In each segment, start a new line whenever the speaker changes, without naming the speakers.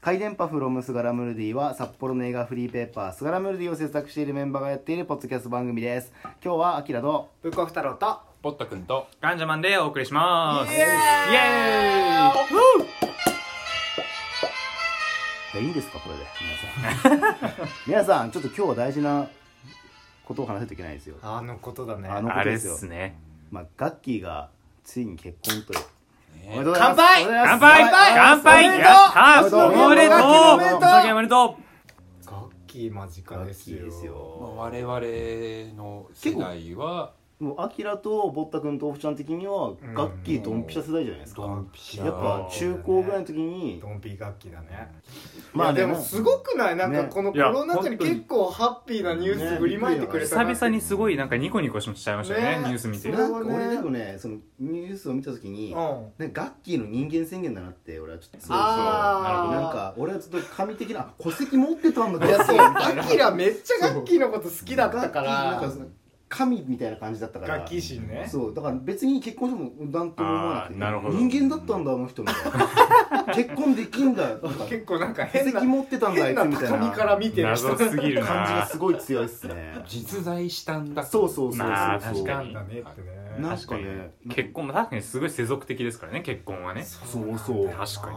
回電波フロムスガラムルディは札幌の映画フリーペーパースガラムルディを制作しているメンバーがやっているポッドキャスト番組です今日はアキラと
ブックオフ太郎と
ポッタ君と
ガンジャマンでお送りします
イエーイ
イエーイ
いやいいんですかこれで皆さん皆さんちょっと今日は大事なことを話さないといけないんですよ
あのことだね
あのこ
あ
と
れ
で
っ
すよ
すね
まあガッキーがついに結婚という
ね
おめでとうございま
乾
す
杯
乾杯乾杯
おめでと
お
う
やったーお
め
め
で
で
とう
とう
おめでとう
お酒おめでと
ガッキー間近です
ガッキー
よ
ですよ
まあ我々の世代は
もうアキラとボッタ君とオフちゃん的には
ん
ガッキードンピシャ世代じゃないですか、
ドンピシャ
やっぱ中高ぐらいの時に、
ドンピーガッキーだね
ま
ま
あ
あ
で
で
も
もすごくないなんか
ね
このコ
いや
ロナ禍に結構ハッピーなニュース振りまいてく
う
れ
ん
う
たな
久々にすごいなんかニコニコしちゃいましたよね
ね
ニュース見て
そう
なんか俺でもねそのニュースを見た時に、
うん
なんかガッキーの人間宣言だなって俺はちょっと
そうあー
なんか俺はちょっと神的なあ戸籍持ってたんだ
いやそう
みたいな
アキラめっちゃガッキーのこと好きだっ
ガ
たか
ッキーなん
ら
その神みたいな感じだったから
ガッキー心ね
そうだから別に結婚してもなんとも思わなくて
あーなるほど
人間だったんだあの人みたいな結婚できんだとか
結構なんか
戸
変な
籍持ってたんだあい
変
つ
な
みたいな
高みから見てる人
謎すぎるな
感じがすごい強いですね
実在したんだ
そうそうそうそうそう、
まあ確か
な
に
んだねって
な
ね
んかね
結婚も確かにすごい世俗的ですからね結婚はね
そうそう
確かに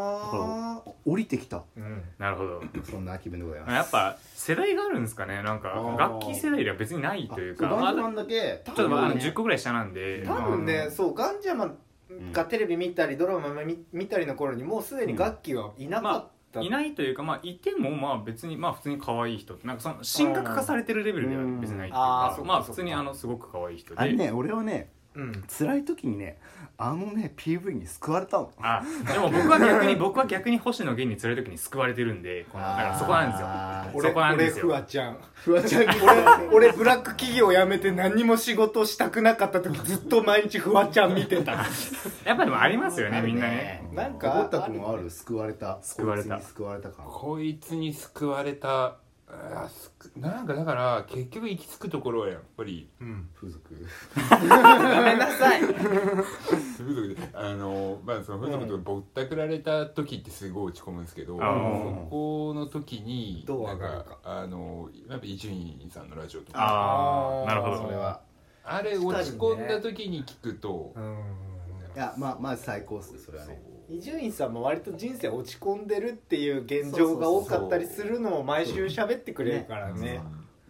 あ
降りてきた
ーうん
なるほど
そんな気分でございます
やっぱ世代があるんですかねなんか
あー
楽器世代では別にないというか
あそう
ま
バ
あ
ンド
ち
マンだけち
ょっとまああの10個ぐらい下なんで
多分ね、そうガンジャマ
ん
ンがテレビ見たり、ドラマ見見たりの頃にもうすでにガッキーはいなかった、
いないというか、まあ、いてもまあ別にまあ普通に可愛い人ってなんかその神格化されてるレベルでは別にないっていう
あー
か、
そっか
まあ
そっか
普通にあのすごく可愛い人で
あれね俺はね
うん
辛い時にねあのね PV に救われたの
あでも僕は逆に僕は逆に星野源に連れる時に救われてるんでこのだからそこなんですよ
あー
そ
俺
こなん
俺
ですよ
フワちゃ ん
フワちゃんに
俺俺ブラック企業辞めて何にも仕事したくなかった時ずっと毎日フワちゃん見て た
やっぱでもありますよねみんなね
なんか
ゴッタ君はある救われた
救われた
こいつに救われた感
こいつに救われたあーすくなんかだから結局行き着くところはやっぱり
うん
風俗
ごめんなさい
風俗であのまあその風俗とぼったくられた時ってすごい落ち込むんですけど、
ん
そこの時に
どう
な
上
ん
がる
かあのやっぱ伊集院さんのラジオとか
あ
あ
ー
あなるほ
そ
こ
ど
れは
あれ落ち込んだ時に聞くと、
うん
いやまあまあ最高っすねそれはね
伊集院さんも割と人生落ち込んでるっていう現状が多かったりするのを毎週喋ってくれるからね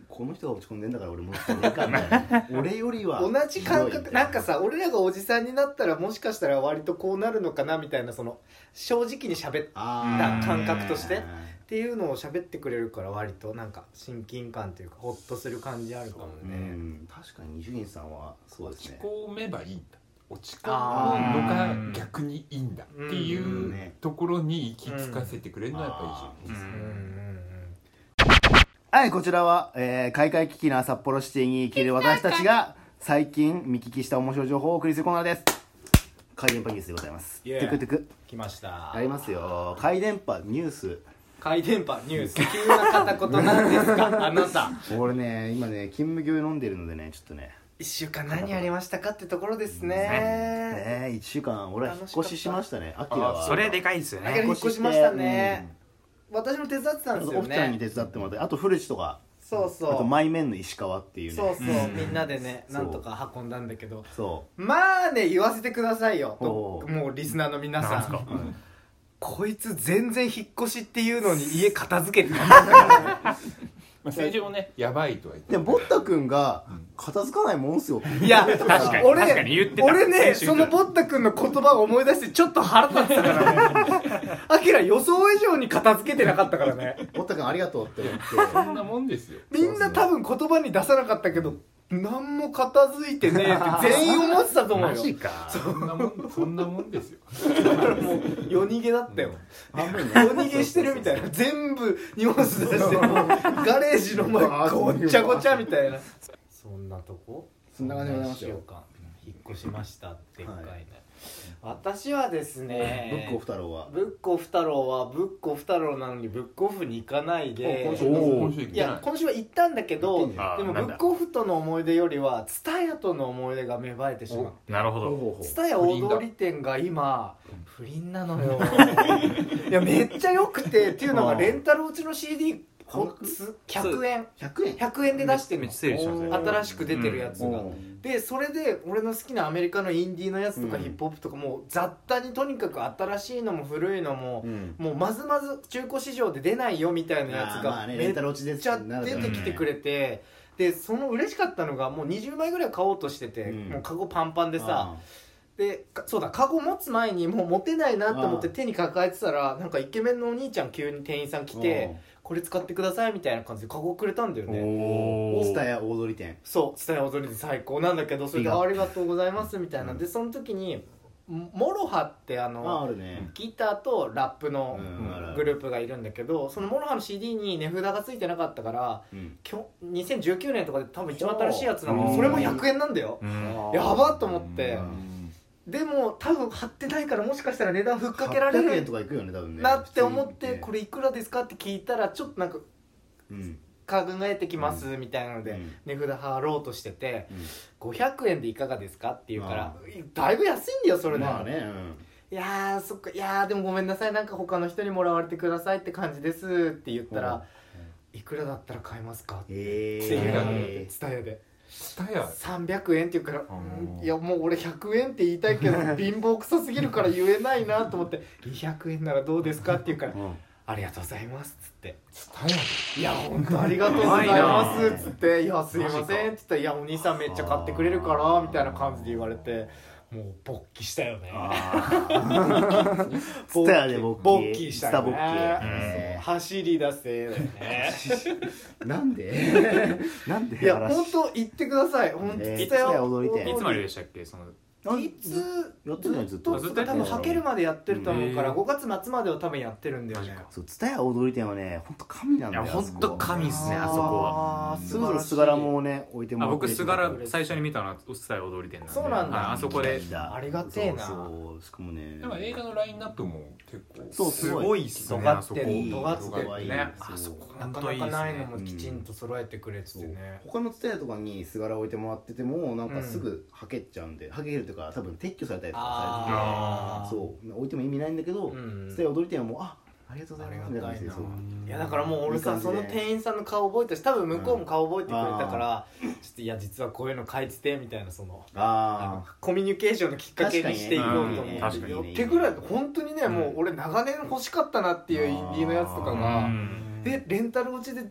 この人が落ち込んでんだから俺も落ち込んでんかみ たいな俺よりは
同じ感
ひどいみ
覚
たい
なんかさ俺らがおじさんになったらもしかしたら割とこうなるのかなみたいなその正直に喋っ
あー
感覚としてっていうのを喋ってくれるから割となんか親近感というかホッとする感じあるかも
う
ね
ん確かに伊集院さんはそうです
落ち
ね
込めばいいんだ落ち込むの
あ
が
ー
逆にいいんだってい
うん
う
ね
ところに行き着かせてくれるのはやっぱりいいじゃん
う
うん
ん
はい、こちらは、えー、開会危機な札幌シティに生きる私たちが、最近見聞きした面白い情報をお送りするコーナーです。回電波ニュースでございます。
イエー
テ
イ
クテク。
来ました
ありますよ。回電波ニュース。
回電波ニュース急な片言なんです かあなた
俺ね、今ね、勤務業飲んでるのでね、ちょっとね。
一週間何ありましたかってところです
ね
ね
えー、一週間、俺は引っ越ししましたね。アキラは。
それでかいですよ
だけど
ね
引っ越しましたね私も手伝ってた
ま
んで
ず
す
オ
よ
フちゃんに
ね
手伝ってもらって、あと古市とか、
そう
あ
そう
とマイメンの石川っていうね。
そうそう
うん
みんなでね
そう
なんとか運んだんだけど
そ
まあね言わせてくださいよ
ほう
どもうリスナーの皆さ
なん
ん
すか
うんこいつ全然引っ越しっていうのに家片付けて た
まあ、正常ねやばいとは言っ
う。
て
で
も
も、ボッタ君が、片付かないもんすよって。
いや
確かに
俺
確かに言ってた
俺ね
先週
そのボッタ君の言葉を思い出してちょっと腹立ってたから ねアキラ予想以上に片付けてなかったからね
ボッタ君ありがとうって 思って。
そんなもんですよ
みんな多分言葉に出さなかったけど何も片付いてねえって全員思ってたと思う
マ
よ
ジか
そんなもんそんなもんですよ
だからもう夜逃げだったよ
半分ね
夜逃げしてるみたいな全部荷物出 してもうガレージの前ごっちゃごちゃみたいなそんなとこ
そんな感じでございますよ
一週間引っ越しましたっていう回ね、私はです
ブックオ
ね
フ太郎は
ブックオフ太郎はブックオフ太郎なのにブックオフに行かないで
お今週
今週行っ
い
てな
や
い
今週は行ったんだけ
行
ど
ってん
で
じゃ
ん
もブ
あなんだ
ックオフとの思い出よりは蔦屋との思い出が芽生えてしまう
なるほど
ほうほう
蔦屋大通り店が今不倫なのよ いやめっちゃ良くてっていうのがレンタルうちの CD こつ100円
100円
100円で出してる
め
の
っちゃ整理してますね
新しく出てるやつが
おう
でそれで俺の好きなアメリカのインディーのやつとか
うん
ヒップホップとかもう雑多にとにかく新しいのも古いのも
うん
もうまずまず中古市場で出ないよみたいなや
あ
つ
ーま
が
あねレ
め
ン
っ
タル落ちで
めっちゃ出てきてくれて、でその嬉しかったのがもう20枚ぐらい買おうとしてて、
うん
もうカゴパンパンでさでかそうだカゴ持つ前にもう持てないなと思って
あ
手に抱えてたらなんかイケメンのお兄ちゃん急に店員さん来て「これ使ってください」みたいな感じでカゴくれたんだよ
お
ね
おスタや大通り店
そう伝え踊りで最高なんだけどそれで「
いいな
ありがとうございます」みたいな、でその時にもモロハってあ
あ
の
ーあるね
ギターとラップの
うんあるある
グループがいるんだけどそのモロハの CD に値札がついてなかったから
うん
きょ2019年とかで多分一番新しいやつな
ほ
の
う
それも100円なんだよ
うん
やばっと思って
うん
でも多分貼ってないからもしかしたら値段ふっかけられ
800円
る
とかいくよね多分ね
なって思って
ね
これいくらですかって聞いたらちょっとなんか
うん
考えてきますみたいなの
う
で
ん
値札貼ろうとしてて
うん
500円でいかがですかって言うから
あ
だいぶ安いんだよそれで
まあね
いやーそっかいやーでもごめんなさいなんか他の人にもらわれてくださいって感じですって言ったらいくらだったら買えますかって
え
言うから
え
ツタヤで
蔦屋
300円って言うから
ん
いやもう俺100円って言いた いけど貧乏くさすぎるから言えないなと思って200円ならどうですかって言うからありがとうございますっつって
蔦屋
いや本当ありがとうございますっつっていやすいませんっつったらいやお兄さんめっちゃ買ってくれるからみたいな感じで言われてもう勃起したよね
ツタヤで勃起
勃起した
スタ
よね
勃起
うん走り出せよね
なん でなんで
いや本当言ってください本当
ね
蔦屋
踊り店
いつまででしたっけその
当
いつ
やってんじゃないずっ
多
と
ずっ
分
とやってんの
はけるまでやってると思うから
うん
5月末までは多分やってるんだよね
マジか
そう蔦屋大通り店はね本当神なんだよ
いやほんと神っすねあそこは
あー
そ
素
れ
晴
こ
ら
そ
しい
すがらもね置いても
あ
らって
僕
るし
すがら最初に見たのはお伝え踊り店なんで
そうなんだ
はいあそこで
ありがてえな
そうそうしかもね
でも映画のラインナップも結構
そう
すごいっすねあそこ
尖ってる尖ってる
尖ってね
そう
あそこ
な
本
か
当
ない
い
か
っす
ないの
ね
もきちんと揃えてくれてて
そう
ね
他の蔦屋とかにすがら置いてもらっててもなんかすぐはけちゃうんではけるというか多分撤去されたりとかさ
あ
れ
あ
ててそう置いても意味ないんだけど
うん
蔦屋踊り店はもうあありがとうございますみたいな
あ
感
り
じで
が
そ
たいな
う
いやだからもう俺
いい
さ
感じ
そ
で
の店員さんの顔覚えたし多分向こうも顔覚えてくれたからちょっといや実はこういうの書いててみたいなその
ああ
コミュニケーションのきっかけにしていこうと思って、
確かにねうん確かに
ね
ってぐらい本当にね、もう俺長年欲しかったなっていうインディーのやつとか
う
が、
ん
でレンタル落ちで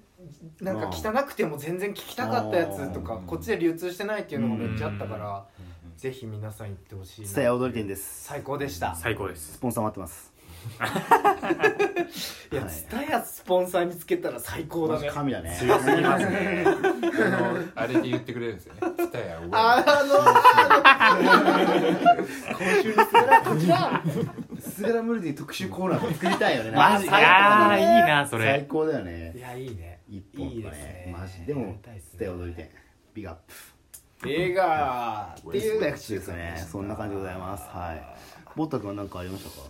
なんか汚くても全然聞きたかったやつとか、
うん
こっちで流通してないっていうのがめっちゃあったから、ぜひ皆さん行ってほしいな
蔦屋踊り店です
最高でした
最高です
スポンサー待ってます
いや
はい
蔦屋スポンサーにつけたら最高だね
神だね
強すぎますね
あのあれで言ってくれるんですよね蔦屋を
ああの今週にすらこちら
スガラムルディ特集コーナー作りたいよね
マジ
最高だ
あー
ね
いいなそ
最
れ
高だよね
いやいいね
一本
いい
と
で
か
す
ね
ね
マジで
や
も
りたいですね
ステ踊り店ビッグアップ
映 画っ
リ
てい
ス
う
ペクチですねそんな感じでございますはいボッタ君は何かありましたか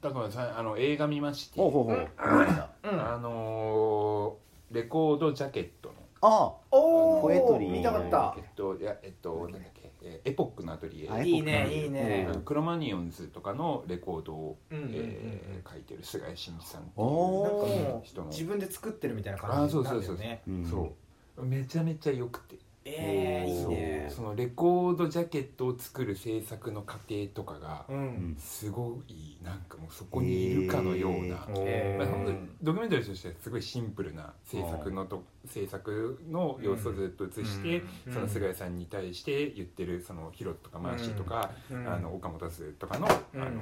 だからさあの映画見まして
ほうほうあ
あのーレコードジャケットの
あ
おお
ポエトリー
見たかった
えっといやえっとなんだっけえーエポックのアトリエ
あ
いいねいいね
あのクロマニオンズとかのレコードを、
うんうんうん
えー書いてる菅井真一さんってい
お
う
なんか
ー
も
人
う
の
自分で作ってるみたいな
あ
感
ー
じ
そ
な
うん
だ
そ
よ
うそうそう、
ね
うん
そうめちゃめちゃ良くて
えーいい
そう
ね
そのレコードジャケットを作る制作の過程とかが
うん
すごいなんかもうそこにいるかのような、
へ
えー
まあ、本当にドキュメンタリーとしてはすごいシンプルな制作のと制作の様子をずっと映して、
うん
その菅井さんに対して言ってるそのヒロとかマーシーとか、
うん
あの岡本すとかの、
うん
あの
うん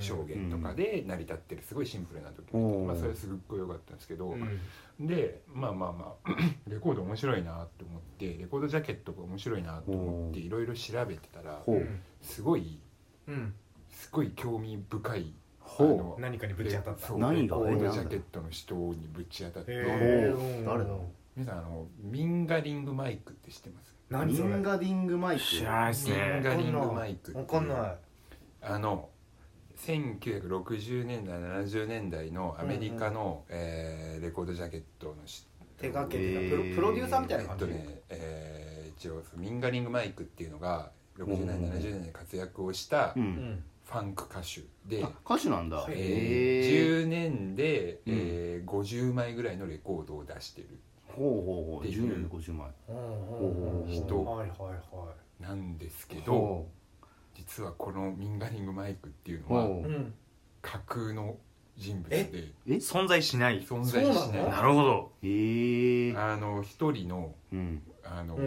証言とかで成り立ってるすごいシンプルなドキュメンタリー
うん
まあ、それはすごく良かったんですけど、
うん
でまあまあまあ レコード面白いなと思ってレコードジャケットが面白いなと思って
うん
いろいろ調べてたら
ほう
すごい
うん
すごい興味深い
ほう
あの
何かにぶち当たった
そう
何が
レコ
え
ード
なん
ジ
だ
ャケットの人にぶち当たって、
へ
え
ー
ー
誰だ
皆さんあのミンガリングマイクって知ってます
ミ
何それ
ンガディングマイク
知らないっす
ミン
ね
ガリングマイク
わかんない
あの1960年代70年代のアメリカの、えーレコードジャケットのし
手掛けてた
えー
プロプロデューサーみたいな
えっ
感
と
じ、
ね、えー一応ミンガリングマイクっていうのが60年
うん
70年代に活躍をした
う
フ
ん
ァンク歌手で
あ、歌手なんだ
はい
え
へえ
ー10年で、えー50枚ぐらいのレコードを出してる
ほうほうほう
で
10年で50枚
うんうんうんうん
人
はいはいはい
なんですけど
ほ
実はこのミンガリングマイクっていう
う
のは
ほう
架空の人物で
存在しない
存在し
そうな
な
なるほど
へえ
いあの一人の
うん
あの、
う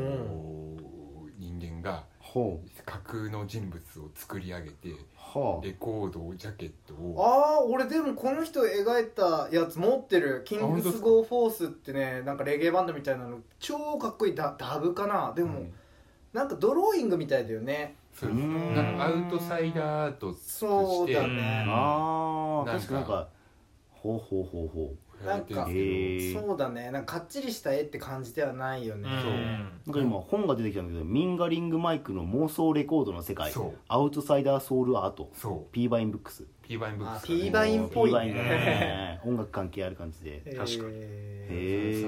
人間が
ほう
架空の人物を作り上げて
はあ
レコードをジャケットを
ああ俺でもこの人描いたやつ持ってるキングス・ゴー・フォースってねなんかレゲエバンドみたいなの超かっこいいダダブかなでも、
うん
なんかドローイングみたいだよね
そう
う
で
ー
す
ん
なんかアウトサイダーアート
そうだね
あー
なんか
確かなんかほうほうほうほ
やってるん
う
で
へ
すけど
え
そうだねなんかかっちりした絵って感じではないよね、
うん
なんか今本が出てきたんだけど「ミンガリングマイクの妄想レコードの世界
そう
アウトサイダーソウルアート
そ」
ピーバインブックス
うピーバインブックス
あピーバインっぽいね
ピーバインだね音楽関係ある感じで
確かに
え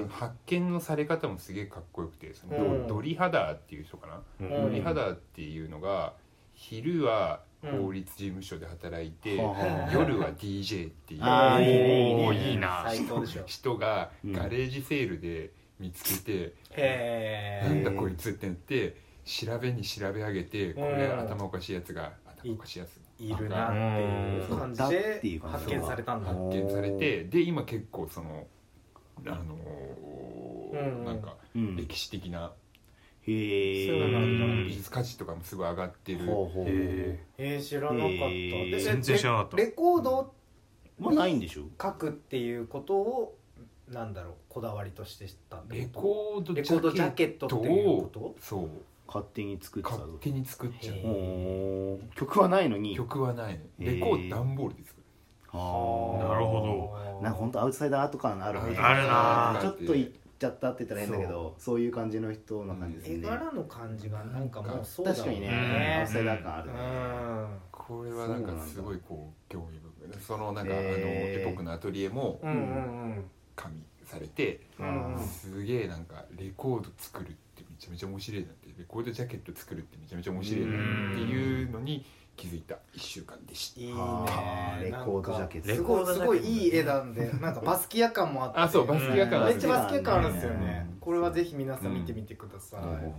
へえ
発見のされ方もすげえかっこよくてその、
うん
ドリハダーっていう人かな、
うん
ドリハダーっていうのが昼は
うん
法律事務所で働いて、
はあはあ
夜は DJ っていう
あーいいねいいね
おーいいな
最高でしょ
人が
うん
ガレージセールで見つけて、
へ
なん
え
だこいつってなって調べに調べ上げてこれ
うん
頭おかしいやつが頭おかしいやつ
いるなっていう感じ
だっていう
で
感
発
じ
見されたんだ
発見されてで今結構そのあのー
うん
なんか
うん
歴史的な
へえ
そうなんだ
美術価値とかもすごい上がって
ほ
る
うほうほう
へ
えー、知らなかった、
えー
で
全然知らなかった
レレコードを
まあないんでしょ
書くっていうことをなんだろうこだわりとしてしたってことレ
レコード
コードジャケットっていうこと
そう
勝手に作ってた
勝
ぞ
手に作っちゃ
へ
う
え
おー曲はないのに
曲はない
へ
の
ー
レコード段ボールです
は
なるほ
あなんか本当アウトサイダーアート感あるね
あるな
ちょっと行っちゃったって言ったら変だけどそういう感じの人な感じです
絵
ね
柄の感じがなんかもうそうだ
確かに
ね
ね
うん
アウトサイダー感ある
う
ね
ん
これはなんかすごいこう興味深いそのなんかあの
へー
エポックのアトリエも
うんうん
加味されて
う
うん
ん
すげえなんかレコード作るってめちゃめちゃ面白いなってレコードジャケット作るってめちゃめちゃ面白いなっていうのに気づいた1週間でした
いいね
あーレコードジャケット
なんかすご
レコード
い
ジャケット
すごいいい絵なんでなんかバスキア感もあって
あそうバスキア感
め
あ
っちゃバスキア感あるんですよね
うん
これはぜひ皆さん見てみてください、
ほうほうほう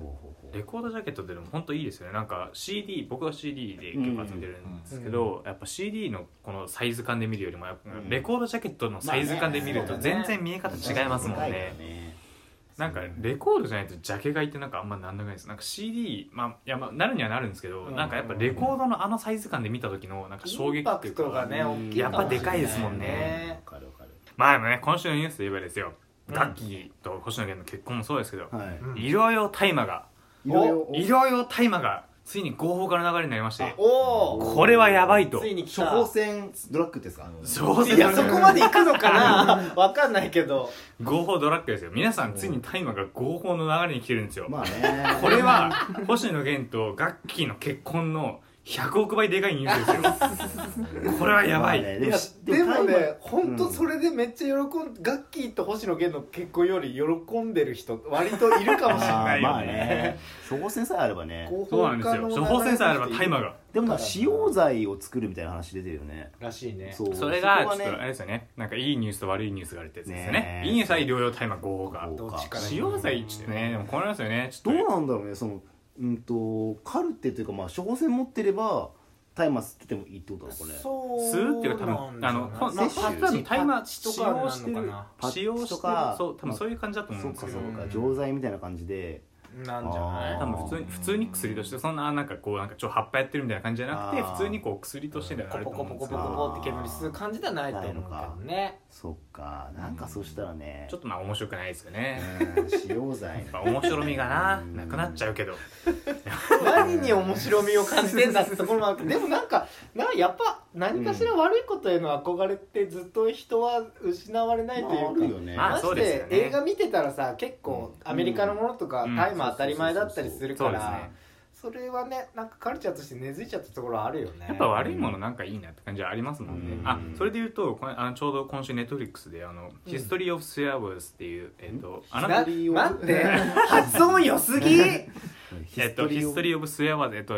ほう
レコードジャケットってでも本当いいですよねなんか CD 僕は CD で曲集めてるんですけど、やっぱ CD のこのサイズ感で見るよりもやっぱ
うん
レコードジャケットのサイズ感で見ると全然見え方違いますもんね,、なんかレコードじゃないとジャケ買いってなんかあんまなんなくないですなんか CD、まあ、いやまあなるにはなるんですけど、
うん
なんかやっぱレコードのあのサイズ感で見た時のなんか衝撃
インパ
ってい
ク
うか
トがね大きいかもしれな
やっぱでかいですもん
わ
ね
かるわかる
まあでもね今週のニュースで言えばですよ、
うん
ガッキーと星野源の結婚もそうですけど、
はい
うん
医療用大麻が
いろいろ
医療用大麻がついに合法化の流れになりまして
おお
これはやばいと
ついに来
処
た
方箋ドラッグですか
そう
いやそこまで行くのか なわかんないけど
合法ドラッグですよ皆さんついに大麻が合法の流れに来てるんですよ、
まあね
これは星野源とガッキーの結婚の100億倍でかいニュースですよこれはやばい、
まあね
い
で
や
も
でもね本当
うん
それでめっちゃ喜んガッキーと星野源の結婚より喜んでる人割といるか もしれ
あ
な
ー
い
まあ
よ
ね
ね
処方箋さえあればね
合
そう
法
な
化
ん
の
ですよ処方箋さえあれば大麻が
でもなんか使用剤を作るみたいな話出てるよね
らしいね
そう
それがちょ
こは
っとあれ
ね
ですよねなんかいいニュースと悪いニュースがあるってやつですよ
ね
ねいいニュースは医療用大麻合法化
合法
どっちか
使用罪ちょっとねでも困りますよねちょ
ど
っ
う
と
なんだろうねそのうんとカルテというかまあ処方箋持ってれば大麻吸っててもいいってことだこれ
そう
吸うっていうか多分あのほんまあ
摂取
多分大麻
摂取
使
とか
用して
なの
る
かな
パッチ
使用して
と
る
か
そう多
ま
分
あ
そういう感じだと思う
そ
ん
う
です
か
け
そ
ど
うか
うん
錠剤みたいな感じで
なんじゃ
あー
多
ない
分普通に普通に薬としてそんななんかこうなんかちょっと葉っぱやってるみたいな感じじゃなくて
あー
普通にこう薬としてであ
コ
ると
ポ
思
コ
うん
ポコポ
ですけ
コ
ど
ポって煙吸う感じではないと思うけどね
そっかなんかそしたらね
ちょっとまあ面白くないですよね
うん使用
や
剤
っぱ面白みがな
うん
なくなっちゃうけど
何に面白みを感じてんだってところもあるけどでもなんかなやっぱ何かしら悪いことへの憧れってずっと人は失われないという
ま
か
あ、あるよね
まあ
ま
そ
し
うですよ
て
ね
映画見てたらさ結構アメリカのものとか
うん
タイマー当たり前だったりする
そ
か
うですね
らそれはねなんかカルチャーとして根付いちゃったところあるよね
やっぱ悪いものなんかいいなって感じはありますもんね、
うん
あそれで言うとこのあのちょうど今週ネットフリックスで「あのヒストリー・オブ・スェアブス」っていう、えっとあな
な
た
待って発音良すぎ
えっと、ヒストリー・オブ・スウェアは、えっと、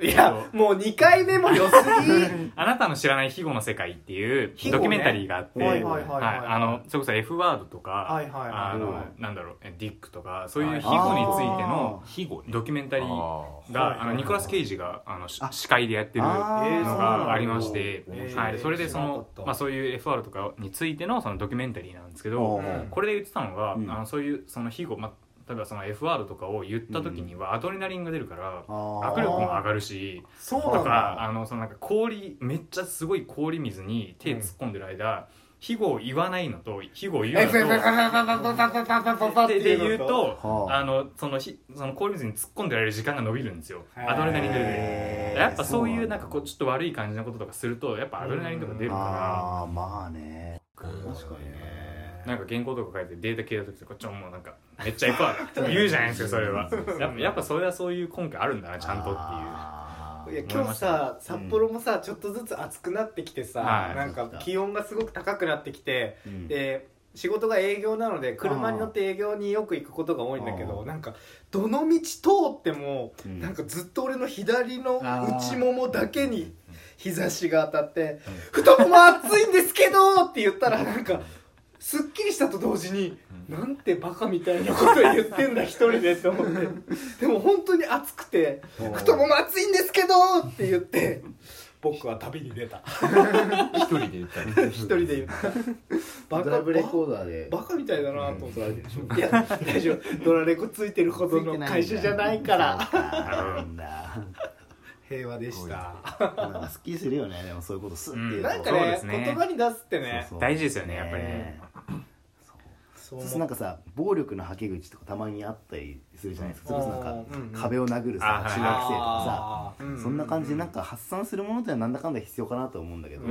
いやもう2回目も良すぎ
あなたの知らない庇護の世界っていう
庇護ね
ドキュメンタリーがあって、
はいはいはいはい
はいあの、それこそ F ワードと
は
か
いはいはい、はい
あの
はい、
なんだろう、えディックとか、そういう庇護
はい
についての
非語ね
ドキュメンタリー
あ
が、
あ
あ
ー
の、ニコラス・ケイジが、あの、し
あ
司会でやってるの
あー
がありまして
そうなんだ、
は
え
い、
ー
それで
知
そ
らなか
の
った、
まあそういう F ワードとかについてのそのドキュメンタリーなんですけど、
うん
これで言ってたのが、
うん
あのそういうその庇護、まあ、例えばその F ワードとかを言った時にはアドレナリンが出るから、
あ
握力も上がるし
そう
と
なん
か
だ
あのそのなんか氷めっちゃすごい氷水に手突っ込んでる間、庇護を言わないのと庇護を言うのとでで言うと
はあ
あのそのひその氷水に突っ込んでられる時間が伸びるんですよ
へー
アドレナリンが出
へ
て
ー
やっぱそうい
そう
う
な
な
だ
んんかこうちょっと悪い感じのこととかするとやっぱアドレナリンとか出るか
あーまあね
確かにね
らなんか原稿とか書いてデータ消えた時とかちょもうなんかめっちゃエコーだって言うじゃないですかそれはやっぱやっぱそれはそういう根拠あるんだなちゃんとっていう。
あー
いや今日さ札幌もさ、ちょっとずつ暑くなってきてさ、
はい
なん
そう
か
だ
気温がすごく高くなってきて、
うん
で仕事が営業なので車に乗って営業によく行くことが多いんだけ
あ
ど
ー
なんかどの道通っても、
うん
なんかずっと俺の左の
あー
内ももだけに日差しが当たって「太もも暑いんですけど!」って言ったらなんかすっきりしたと同時に「なんてバカみたいなこと言ってんだ一人で」って思 ってでも本当に暑くて「
うん
太もも暑いんですけど!」って言って僕は旅に出た
一人で言ったんで す
一人で言ったバ
ド
カ
ラブレコーダーで
バカみたいだなと思って
取られてるでしょ
いや大丈夫ドラレコついてるほどの会社じゃないから
そうなんだ
平和でした
なんかすっきりするよねでもそういうことすっていううと
なんか
そうで
ね
すね
言葉に出すってね
そうそう
大事ですよねやっぱりね
そ
そう
う
思
そうなんかさ暴力の吐け口とかたまにあったりするじゃないですかそれこそなんか、
うんうん
壁を殴るさ中
あ
学生とか
あーう
さそんな感じでなんか発散するものってのはなんだかんだ必要かなと思うんだけど、
うん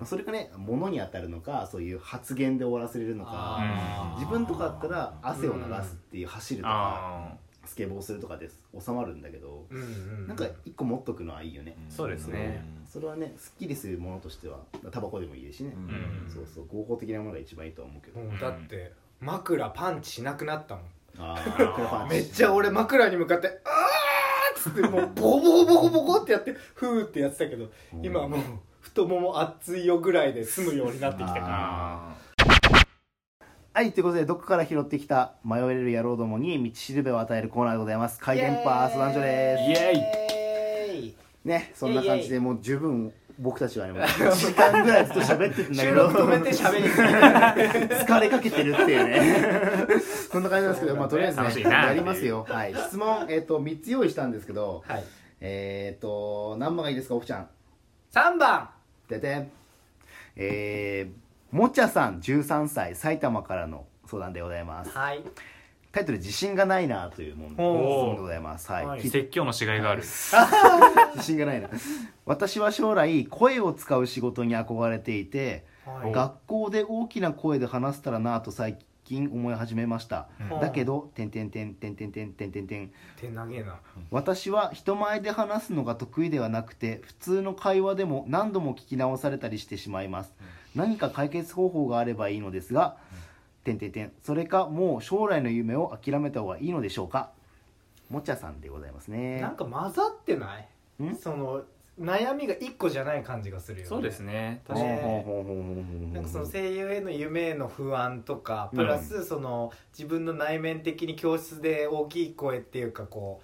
うん
それがね物に当たるのかそういう発言で終わらせれるのか
あー
自分とかだったら汗を流すっていう走るとか、
あ
スケボーするとかで収まるんだけど、
うんうん
なんか一個持っとくのはいいよね、
そうですね
それはねすっきりするものとしてはタバコでもいいですしね、
うん
ん
そうそう合法的なものが一番いいとは思うけど、
もうだって枕パンチしなくなったもん
ああ
めっちゃ俺枕に向かって「あーっつってもうボコボコボコボコってやってふーってやってたけど今はもう太もも熱いよぐらいで済むようになってきた
ー
か
あ
はいということでどこから拾ってきた迷える野郎どもに道しるべを与えるコーナーでございます回電波相談所
ー
で
イエイ
らイエーイ
すねそんな感じでもう十分僕たちはねもう1時間ぐらいずっと喋ってるんだけ
収
ど
録止めて喋り すぎ
疲れかけてるっていうねそんな感じなんですけど、まあとりあえず
楽し
ね
いな
やりますよはい質問えっ、と3つ用意したんですけど
はい
えっ、と何番がいいですかオフちゃん
3番
ででんえー、もちゃさん13歳埼玉からの相談でございます
はい
タイトル「自信がないな」という問題
お
ー
質問でございますはい、
はい
き
説教のしがいがある
自信がないな私は将来声を使う仕事に憧れていて
お
学校で大きな声で話せたらなぁと最近思い始めました、
うん
だけど「てんてんてんてんてんてんてんてんてん」
手長えな
私は人前で話すのが得意ではなくて普通の会話でも何度も聞き直されたりしてしまいます、何か解決方法があればいいのですが、点点点それかもう将来の夢を諦めた方がいいのでしょうかもちゃさんでございますね
なんか混ざってない
ん
その悩みが1個じゃない感じがするよね
そうですね
ほ
確
う
かに
ほうほうほうほうほう
なんかその声優への夢への不安とか
うん
プラスその自分の内面的に教室で大きい声っていうかこ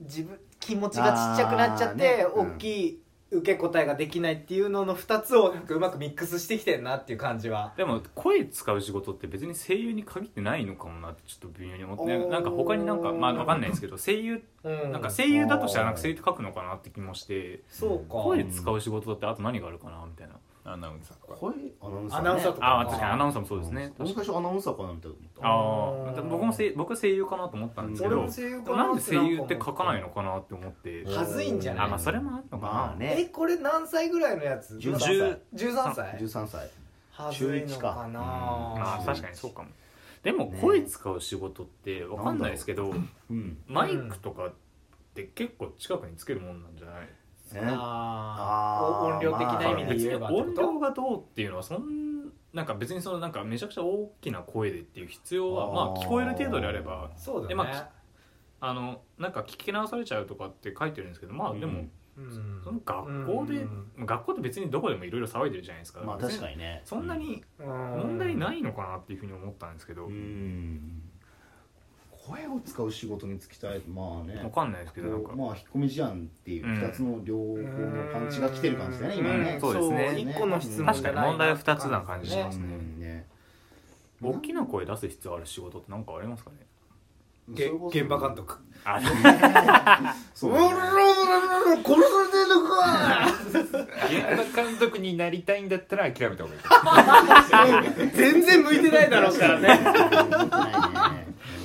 う自分気持ちがちっちゃくなっちゃっ
あーね
て
う
大
ん
きい受け答えができないっていうのの2つをなんかうまくミックスしてきてんなっていう感じは
でも声使う仕事って別に声優に限ってないのかもなってちょっと微妙に思って
おー
なんか他になんかまあわかんないですけど声優
うん
なんか声優だとしたらなんか声優って書くのかなって気もして
そうか
声使う仕事だってあと何があるかなみたいな
アナウンサーとか
声アナウンサー、ね、
アナウンサーと
ああ確かにアナウンサーもそうですね
もし
確か
か
に
してアナウンサーかなみたいな
あ
あ
あ
ー
僕も声僕は声優かなと思ったんですけ
俺
ど
も声優か
なんで声優って書かない
の
のかなって思って
はずいんじゃない
あまあそれもあるの
ま
か
あ
な
え
ね
これ何歳ぐらいのやつ
13歳
13歳
13歳
はずいのかな
まあ
あ
確かにそうかもでも声使う仕事ってわかんないですけど
うん
マイクとかって結構近くにつけるもんなんじゃない
ねあ
あ
ー
音量的な意味で
まあ
別に
言えばってこと
音量がどうっていうのはそんなんか別にそのなんかめちゃくちゃ大きな声でっていう必要はま
あ
あ
ー
聞こえる程度であれば
ーそうだね、
えまああのなんか聞き直されちゃうとかって書いてるんですけどまあでも、
うん
うん
その学校で、
うん
学校って別にどこでもいろいろ騒いでるじゃないですか,、
まあ確かにね
そんなに問題ないのかなっていうふうに思ったんですけど、
うん声を使う仕事に就きたいまあね
わかんないですけどなんか、
こうまあ引っ込み思案っていう
うん
2つの両方のパンチが来てる感じだね
うん
今ね
うんそうですね
そう一個の質問
確かに問題は二つな感じし
う
ま
ん
す
ね
大きな声出す必要ある仕事って何かありますかね
げ現場監督
あ
そうだね
殺されてるのか
現場監督になりたいんだったら諦めた方がいい
全然向いてないだろうからね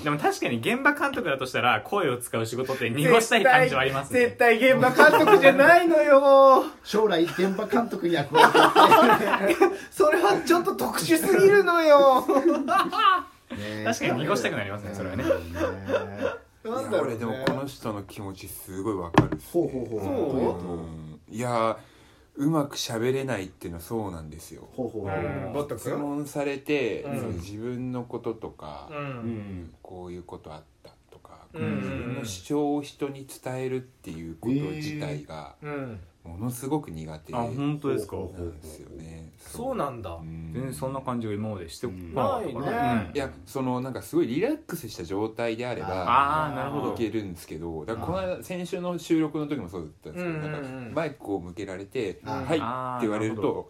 でも確かに現場監督だとしたら声を使う仕事って 濁したい感じはあります
絶
ね
対現場監督じゃないのよ
将来現場監督役割 と
それはちょっと特殊すぎるのよ
ってね
確かに濁したくなりますねそれはね
うんね
なんだろう、ね、
俺でもこの人の気持ちすごいわかるっす
ほうほうほう
そ
と
う
いうと
うんいやうまく喋れないっていうのはそうなんですよ
ほうほうほ
うん
う
ゴット
質
君
問されて、
うん
その自分のこととか、
う
うん
ん
こういうことあったとか、
うんうん
自分の主張を人に伝えるっていうこと自体が
うん
ものすごく苦手
あ
なん
本当ですか
ほうほう
ですよね、
そうなんだ
うん
全然そんな感じが今までしてこかったから
ないね
うん
いやそのなんかすごいリラックスした状態であれば
あーなるほど
いけるんですけどだからこの間先週の収録の時もそうだったんですけど、
うんうん
な
うんん
かマイクを向けられて「
あー
はい」
あー
って言われる
なる
と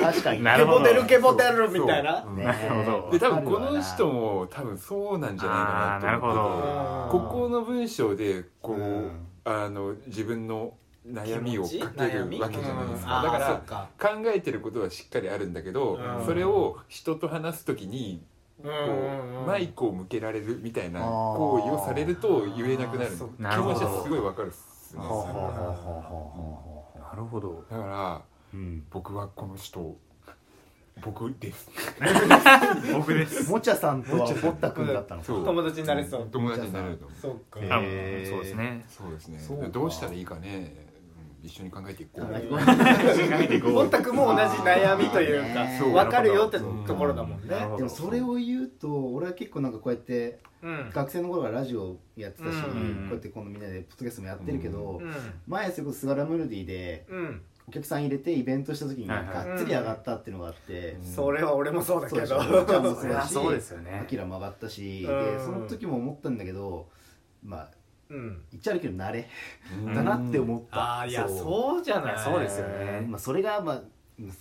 確かに
な
ケ
るほ
ボ
ど
テルケボテルみたいな
そう
ね
うん
なるほど
で多分この人も多分そうなんじゃないかなと思って
あ
て
ーなるほど
ここの文章でこう、
うん
あの自分の悩みを書けるわけじゃないですか、
うん
だか
あーそ
ら
っか
考えてることはしっかりあるんだけど、
うん
それを人と話す時に
うん
こう、
うんうん
マイクを向けられるみたいな
あー
行為をされると言えなくなる
あーそっか
気持ちはすごいわかるっすね
ほうほうほうほうほうほ
なるほど
だから
ううん
僕はこの人僕です
僕です
もちゃさんとは ぼったくんだったのか
そう
友達になれそう
友達になれると思う
そっか
へ
あ
ー
そうですね
そうですね
そうか
どうしたらいいかねうん一緒に考えていこう
ぼったくも同じ悩みという
あ
か
ー
そう
分かるよってところだもんね
なるほ
でもそれを言うと俺は結構なんかこうやって
うん
学生の頃からラジオやってたし、
うん
こうやって今度みんなでポッドキャストもやってるけど、
うん
前それこそスガラムルディで
うん
お客さん入れてイベントした時に
はいはい
がっつり上がったっていうのがあって、
うん
それは俺もそうだけ
そうでしょ
ど
ちゃんもそうだし
そうですよね
アキラも上がったし、
う
で
ん
その時も思ったんだけどまあ
うん
言っちゃ悪いけど慣れ
うん
だなって思った、
ああいやそうじゃない
そうですよね
まあ、それがまあ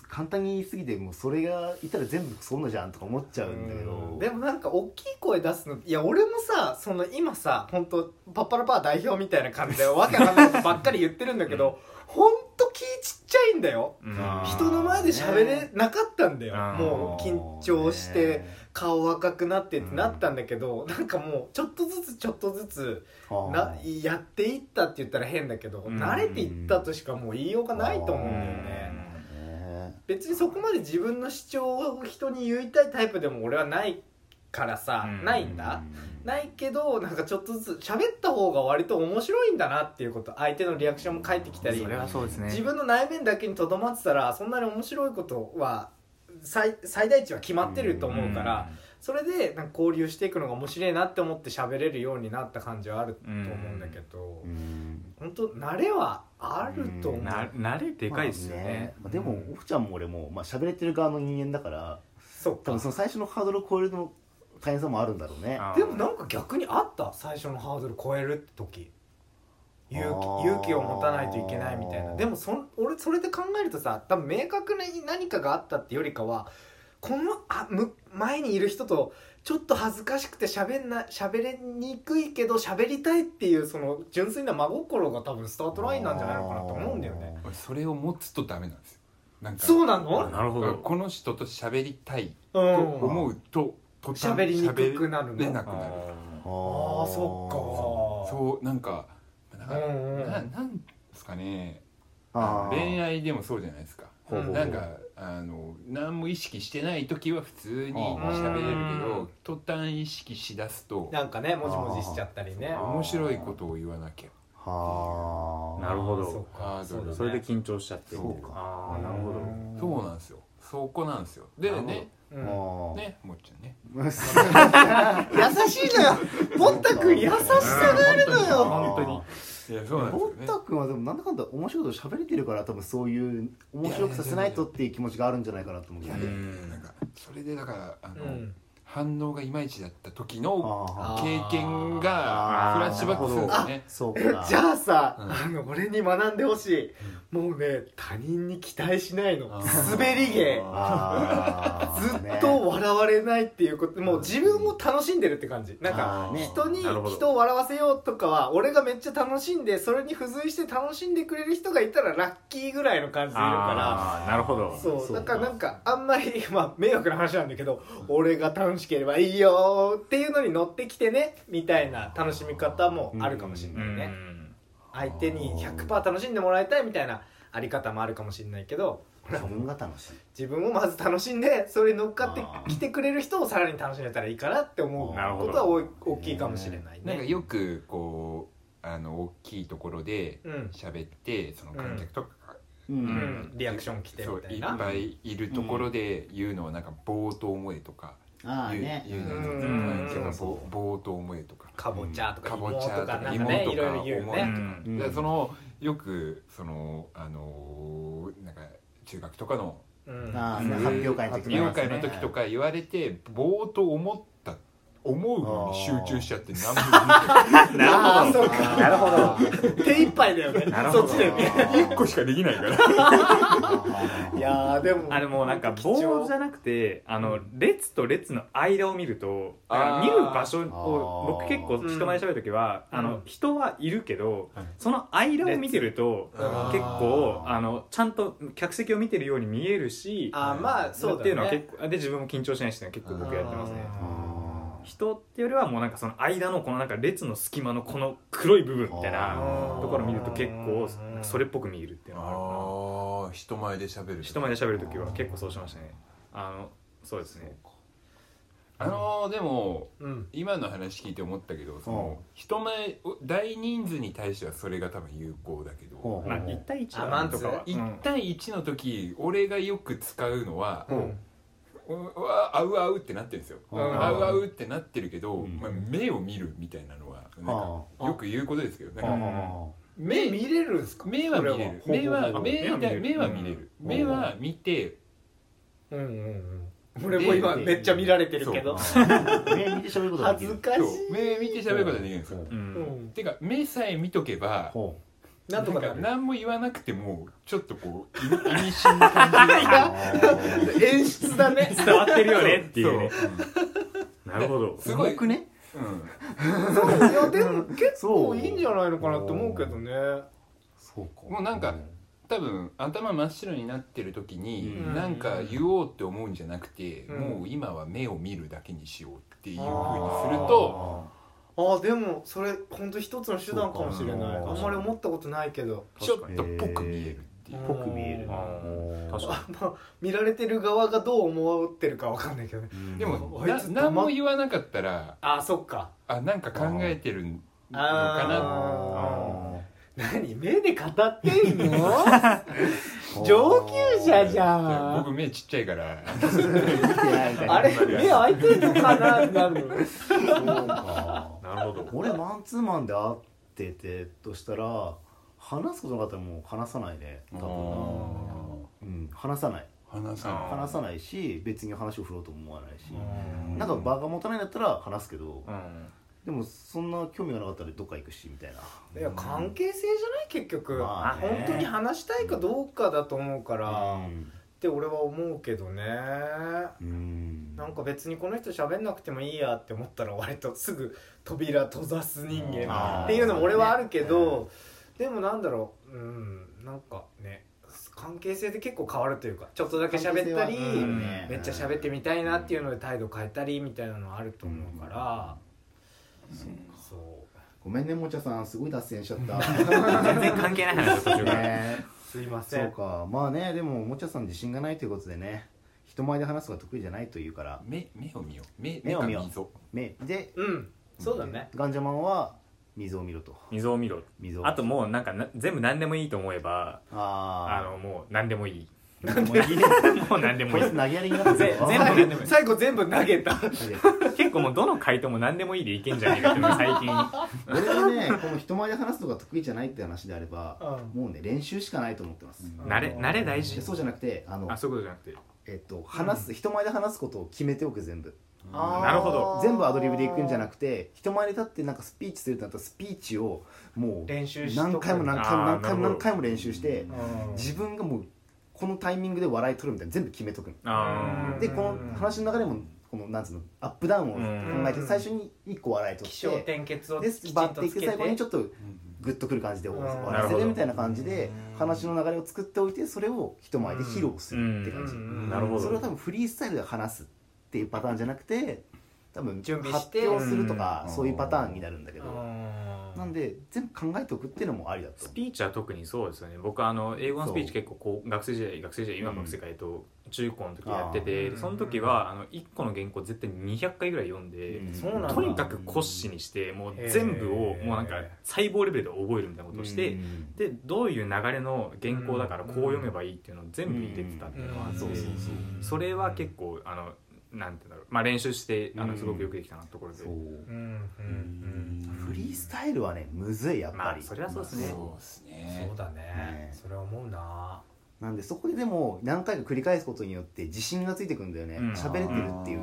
簡単に言い過ぎてもうそれがいたら全部そんなじゃんとか思っちゃうんだけど
でもなんか大きい声出すのいや俺もさその今さ本当パッパラパー代表みたいな感じでわけわかんないことばっかり言ってるんだけど本当気ちっちゃいんだよ
うん
あー
人の前で喋れなかったんだよ
あー
もう緊張して
ね
顔赤くなってってなったんだけどなんかもうちょっとずつちょっとずつな
はあ
やっていったって言ったら変だけど
うん
慣れていったとしかもう言いようがないと思うんだよね
ね
別にそこまで自分の主張を人に言いたいタイプでも俺はないからさ、
うん
ないんだ、ないけどなんかちょっとずつ喋った方が割と面白いんだなっていうこと相手のリアクションも返ってきたり
それはそうですね
自分の内面だけにとどまってたらそんなに面白いことは最最大値は決まってると思うから、それでなんか交流していくのが面白いなって思って喋れるようになった感じはあると思うんだけど、
うん
本当慣れはあると思う、
な慣れでかいですよね
まあでもオフちゃんも俺も、まあ喋れてる側の人間だから
そっ
多
か
分その最初のハードルを超えるの大変さもあるんだろうね
あー
でもなんか逆にあった最初のハードル超えるって時勇気勇気を持たないといけないみたいなでもそん俺それで考えるとさ多分明確な何かがあったってよりかはこのあむ前にいる人とちょっと恥ずかしくて喋んな喋れにくいけど喋りたいっていうその純粋な真心が多分スタートラインなんじゃないのかなと思うんだよね
俺それを持つとダメなんですよなんか
そうな
あ
の
なるほど
この人と喋りたいと
うん
思うと途端
喋りにくくなる
喋れ
の
なくなる
あ
ああそっか
そうなんかなんか
うんうん
ななんですかね
あー
恋愛でもそうじゃないですか
ほうほうほう
なんかあの何も意識してない時は普通に喋れるけ
う
ど
ん
途端意識しだすと
なんかねもじもじしちゃったりね
あ
面白いことを言わなきゃ
はあ
なるほど
そうか
あーそうだね
それで緊張しちゃって
そうか
ああなるほど
そうなんですよそこなんですよで
なる
ね
うん
ほ
ねもっちゃんね
どあー
優しいのよぼったくん優しさがあるのよ
本当に
いやそうなんです
ボ
よ
ン
ね
タ君はでもなんだかんだ面白いこと喋れてるから多分そういう面白くさせないとっていう気持ちがあるんじゃないかなと思う
い
け
や
ど
ね
ね
なんかそれでだからあ
う
の、
ん
反応がいまいちだった時の
ああ
ー
経験が
あー
フラッシュバックするんですよね
そう
え
か
じゃあさ、
うん
あの俺に学んでほしい、もうね他人に期待しないの
あー
滑り芸
あー
ず
ね
っと笑われないっていうこともう自分も楽しんでるって感じなんか
あーね
人に
なるほど
人を笑わせようとかは俺がめっちゃ楽しんでそれに付随して楽しんでくれる人がいたらラッキーぐらいの感じでいるから
ああなるほど
そう
そう
だからなんかあんまり、 まあ、迷惑な話なんだけど俺が楽しければいいよーっていうのに乗ってきてねみたいな楽しみ方もあるかもしれ
う
ないね、
ん
相手に100%楽しんでもらいたいみたいなあり方もあるかもしれないけど
自分が楽しい
自分をまず楽しんでそれに乗っかってきてくれる人をさらに楽しめたらいいかなって思う
なるほ
こ
ど
とは多い大きいかもしれない
なんか
ね。
よくこうあの大きいところで
うん
喋ってその観客とか、
う
うんんリアクション来て
そ
み
う
た
い
い
っ
な
ぱいいるところで言うのはなんか棒と思えとか
ああ
言う
ね
言うのよ
うん
なん
う
か
ん
棒棒と思えとか
かぼちゃとか
か
芋
ぼ
と
ちゃ
か
と
なんか
か
ね
芋
い
と
ろい
か
ろ言う
思
う
え
ね。
ん
うん
でそのよくそのあのーなんか中学とかの
うん
ああね発表会の時
発表会の時とか言われてぼーっと思った思うのに集中しちゃって何も
ああそうか
なるほど
手一杯だよね
なるほ
そ
ど
っちだよね。
1個しかできないから
いやーでも
あれもうなんか
貴重
棒じゃなくてあの列と列の間を見るとだから
あー
見る場所を
あー
僕結構人前で喋る時は
うん
あの人はいるけど
はい
その間を見てると
列あー
結構あのちゃんと客席を見てるように見えるし
あーまあそうだ、ね、
っていうのは結構で自分も緊張しないしね結構僕やってますね人っていうよりはもうなんかその間のこのなんか列の隙間のこの黒い部分みたいな
あー
ところ見ると結構
うん
それっぽく見えるっていうのがあるかな
ああ人前で喋る
人前で喋る時は結構そうしましたねあのそうですね
あのーでも
うん
今の話聞いて思ったけどその人前を大人数に対してはそれが多分有効だけ
ほ
ど
う
まあ
ほうほう
1対1
あ
は
マ
な
ン
ん
ツ
と
ー
かはうん
1対1の時俺がよく使うのは
う
うんん
うわあうあうってなってるんですよ
うん
あうあうってなってるけど、
うん
まあ、目を見るみたいなのはな
あ
んかよく言うことですけど
あ
なん か
あ
目見れるんすか
目は見れる
これ
目
はほうほうほう
は目だ目
目
は
は
見
見
れ
れ
る
る
うん
目は見て
うんうんうん俺も今めっちゃ見られてるけど
目見て喋ることができ
恥ず
る
かし
そ
いう
目見て喋ることができるんですよ
ほう
うん
うん
てか目さえ見とけば
ほう
なんとか
なん
な
か
る
何も言わなくてもちょっとこう意味意味深な感じ が
演出だ ね
伝わってるよねっていうね
そう
なるほど
すごい
すごくね
うんうん
そういやでも結
そ
構
う
いいんじゃないのかなって思うけどね
そうか
もうなんか多分頭真っ白になってる時に、
うん
なんか言おうって思うんじゃなくて、
うん
もう今は目を見るだけにしようっていうふうにすると
あ
あーでもそれ本当一つの手段かもしれない
そう
あ
か
んまり思ったことないけど
あー
ちょっとっぽく見えるっていう
ーぽく見える
あ
ー確
あまあ見られてる側がどう思ってるかわかんないけどね
うん
でも
うん
な
あいつ黙っ
何も言わなかったら
あーそっか
あなんか考えてるのかな
あ
あ
ー何目で語ってんの
ー
上級者じゃ
いや
ん
僕目ちっちゃいから
あれ目開いてんのかなってなる の
そうか
なるほど
俺マンツーマンで会っててとしたら話すことなかったらもう話さないね多分うん話さない
話さない
話さないし別に話を振ろうとも思わないし
うん
なんか場が持たないんだったら話すけど
うん
でもそんな興味がなかったらどっか行くしみたいない
や関係性じゃない結局、
まあね
本当に話したいかどうかだと思うから、っ
うん
て俺は思うけどね
うん
なんか別にこの人喋んなくてもいいやって思ったら割とすぐ扉閉ざす人間
あー
っていうのも俺はあるけど、でもなんだろううんなんかね関係性で結構変わるというかちょっとだけ喋った
関係
り、
性はうん
めっちゃ喋ってみたいなっていうので態度変えたりみたいなのはあると思うから、そう
ごめんねもちゃさんすごい脱線しちゃった
全然関係ない話だ途中から
ね
すいませ
そうんかまあねでももちゃさん自信がないということでね人前で話すのが得意じゃないというから
目目を見よう目
目を見よう
目か溝
目で
うんそうだね
ガンジャマンは水を見ろと
水を見ろ
水を
あともうなんかな全部何でもいいと思えばあ
あ
のもう何でもいい
あもういいね
もう何でも
こ
い
い
い
つ投げやりになってるよ
全部
投げ
うん
最後全部投げた
結構もうどの回答も何でもいいでいけんじゃねえかっていうのが最近
俺はねこの人前で話すのが得意じゃないって話であれば
うん
もうね練習しかないと思ってます
うん
慣れ慣れ大
い
事
やそうじゃなくてあの
あそういうことじゃなくて
えっと話す人前で話すことを決めておく全部
あー
なるほど
全部アドリブでいくんじゃなくて人前に立ってなんかスピーチするってなったらスピーチをもう
練習しとく
何回も何回も
あー
何回も
なる
何
ほど
回も練習して
うん
自分がもうこのタイミングで笑い取るみたいなの全部決めとくの
あ
でこの話の中でもこのなんつうのアップダウンを考え
う
て
ん
最初に1個笑い取
気象
って
転結を
で
きちん
バッて
と
いっ
つけ
て
て
最後にちょっと
うん
グッとくる感じで終わ
う
らせ
ん
なるほ
る
ど
みたいな感じで
うん
話の流れを作っておいてそれを人前で披露するって感じ
うん
うん
なるほど
それは多分フリースタイルで話すっていうパターンじゃなくて多分
準備して
発表するとか
うん
そういうパターンになるんだけ
う
ど
ん
なんで全部考えておくっていうのもありだと
ス
思
ピーチは特にそうですよね僕あの英語のスピーチ結構こう学生時代学生時代今
うん
学生会と中高の時やってて、
あー
その時はあの1個の原稿絶対200回ぐらい読んで、
う
そうなんだ
とにかく骨子にしてもう
へー
全部をもうなんか細胞レベルで覚えるみたいなことをして、
うん
でどういう流れの原稿だからこう読めばいいっていうのを全部入れてたっていうのはあ
う
っ
ん
て
そうそうそう
それは結構あのなんて言うんだろう、まあ、練習してあ
う
の
ん
すごくよくできたなところで、
そう
うんうんうん
フリースタイルはねむずいやっ
ま
ぱ
あ
り
それはそうですね、
そうですね
そうだね
ね
それは思うな
なんでそこででも何回か繰り返すことによって自信がついてくんだよね
うん
喋れてるってい
あ
う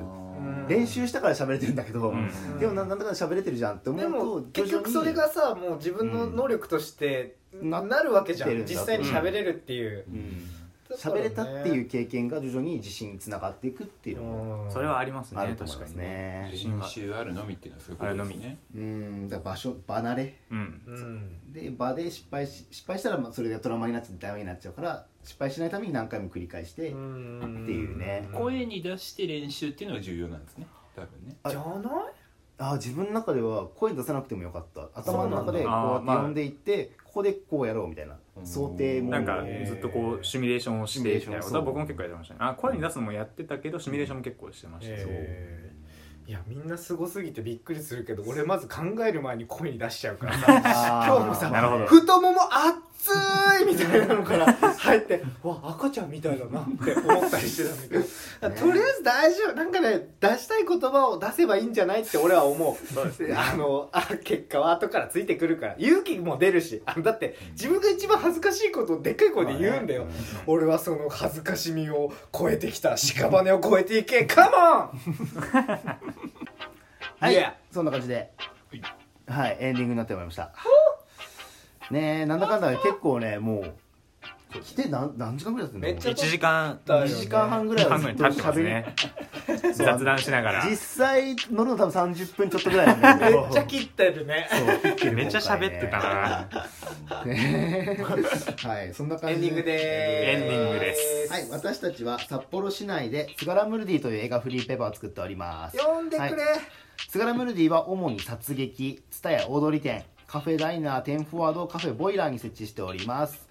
ー
練習したから喋れてるんだけど
うん
でもなんなんだかんだ喋れてるじゃんって思
でも
うと
結局それがさもう自分の能力として
うん
ななるわけじゃ
なってる
ん
ん
実
だ
際に喋れるっていう
うん
だからね
喋れたっていう経験が徐々に自信につながっていくっていうのも
うん
それはありますね
あると思い
確か
ます
にね
ね
自信集あるのみっていうのはそういうことですね
うんだから場所離れ
うん
うん
で場で失敗し失敗したらまあそれがトラウマになっちゃってダメになっちゃうから失敗しないために何回も繰り返して、っていうね
声に出して練習っていうのが重要なんですね多分ね
あ
じゃない
ああ自分の中では声出さなくてもよかった頭の中でこう
そうなんだ
や
あー
って
まあ
呼んでいって、ここでこうやろうみたいな
うん
想定も
なんか
へー
ずっとこうシミュレーションをし
シミュレ
て
ーション
みたいなこと
そ
は
う
僕も結構やってましたねあ声に出すのもやってたけどシミュレーションも結構してましたね、
へーいやみんなすごすぎてびっくりするけど俺まず考える前に声に出しちゃうからさ今
今
日もさ
なるほど
太もも熱いみたいなの から入ってわ赤ちゃんみたいだなって思ったりしてたんだけどあとりあえず大丈夫なんかね出したい言葉を出せばいいんじゃないって俺は思うあのあ結果は後からついてくるから勇気も出るしあだって自分が一番恥ずかしいことをでっかい声で言うんだよ、俺はその恥ずかしみを超えてきた屍を超えていけカモン
はい
Yeah
そんな感じではいエンディングになってまいりましたねえなんだかんだで結構ねもう来て何何時間ぐらい経ってんだろう
めっちゃ
1時間
だよね
1時間半ぐらいは
半
ず
分
っ
に
と
経ってま
喋
す
り
ね雑談しながら
実際乗るの多分30分ちょっとぐらいなんだけど
めっちゃ切ってるね
めっちゃ喋ってたな
ねはいそんな感
エ
じ
ンディングでーす
エンディングです
はい私たちは札幌市内で「スガラムルディ」という映画フリーペーパーを作っております
読んでくれ、
はいスガラムルディは主に殺撃蔦屋大通店カフェダイナーテンフォワードカフェボイラーに設置しております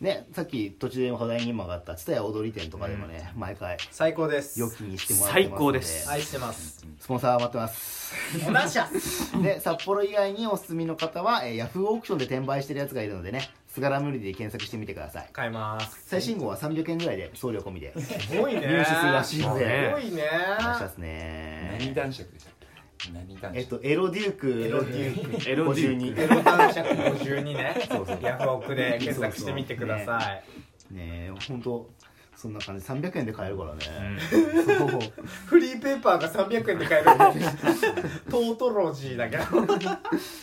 ねさっき途中で話題にも上がった蔦屋大通店とかでもね、毎回
最高です
良きにしてもらってますの
最高です
愛してます
スポンサー待ってます
おなしゃ
で札幌以外にお住みの方は、えー、ヤフーオークションで転売してるやつがいるのでね「すがら無理」で検索してみてください
買います
最新号は300円ぐらいで送料込みでお願いし
すごいね
入手するらしいの
で
ごいね
ます
何
ね
男爵でしたっけ何男
えっ
爵
とエロデューク
エロデュー
エロデューク
エロ男爵52ね
そうそう
ヤフオクで検索してみてください
ねえほんとそんな感じ300円で買えるからね、そう
フリーペーパーが300円で買 えるトートロジーだけど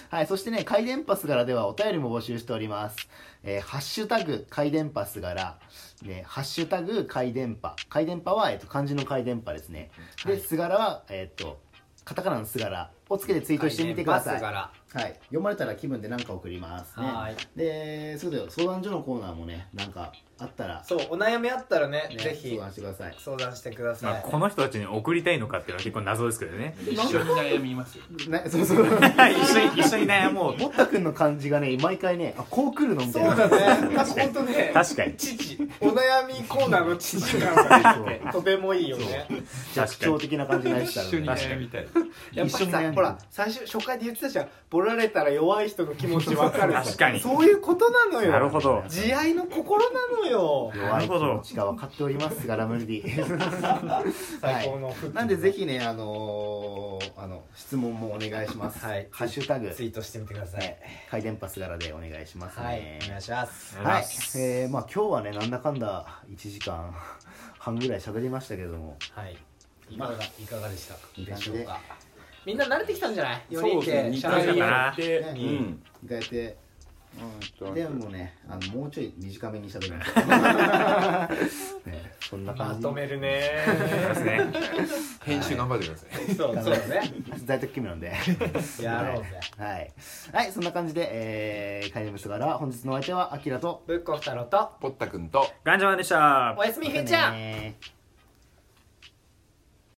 はい、そしてね、回電波すがらではお便りも募集しております。えーハッシュタグ、回電波すがら、ね、ハッシュタグ、回電波。回電波は、えっと、漢字の回電波ですね。で、すがらは、えっと、カタカナのすがらをつけてツイートしてみてください。
バス
は
柄
い、読まれたら気分で何か送りますね。
はーい
で、そうだよ、相談所のコーナーもね、なんか、あったら
そうお悩みあったらね
ね
ぜ
相
ひ
談してください
相談してくださ
まあ、
い
この人たちに送りたいのかっていうのは結構謎ですけどね
一緒に悩みますよ
ねそう そう
一緒に一緒に悩もう
ぼったくんの感じがね毎回ねあこう来るのみ
そ
た
う
いな
だね本当ね
確 かに
父お悩みコーナーの父感が出ててとてもいいよね
弱小的な感じになっ
一
てたの
緒
で
に
ね
悩みたい
やっぱ
一緒
り
に悩んで
さ
る
ほら最初初回で言ってたじゃんボラれたら弱い人の気持ちわかる
確かに
そういうことなのよ
なるほど
慈愛の心なのよ
弱い気持ちが分かっておりますがラムルディ
最高のフッキー
なんでぜひねあのーあの質問もお願いします
はい
ハッシュタグ
ツイートしてみてください
ね回電波すがらでお願いしますね、
はいお願いします
お願
はいい
しま、す
えー、まあ今日はねなんだかんだ1時間半ぐらい喋りましたけども
はいいかがいかがでした
いい
で
感
し
じ
ょう
で
かみんな慣れてきたんじゃない
そうですね2
四人で
回
回
や
や
っ
って
ね
う
うん迎えて
うん
でもねあのもうちょい短めに喋る ねそんな感
ま
じ
とめるね
ですね
編集頑張ってくださ い
そうそうだね
在宅勤務なんで
やろうぜ
はい、はい、そんな感じで、えー、カイネムスから本日のお相手はアキラと
ぶっこふたろうと
ポッタ君と
ガンジャマンでした
おやすみひーちゃ
ま
ん
たねー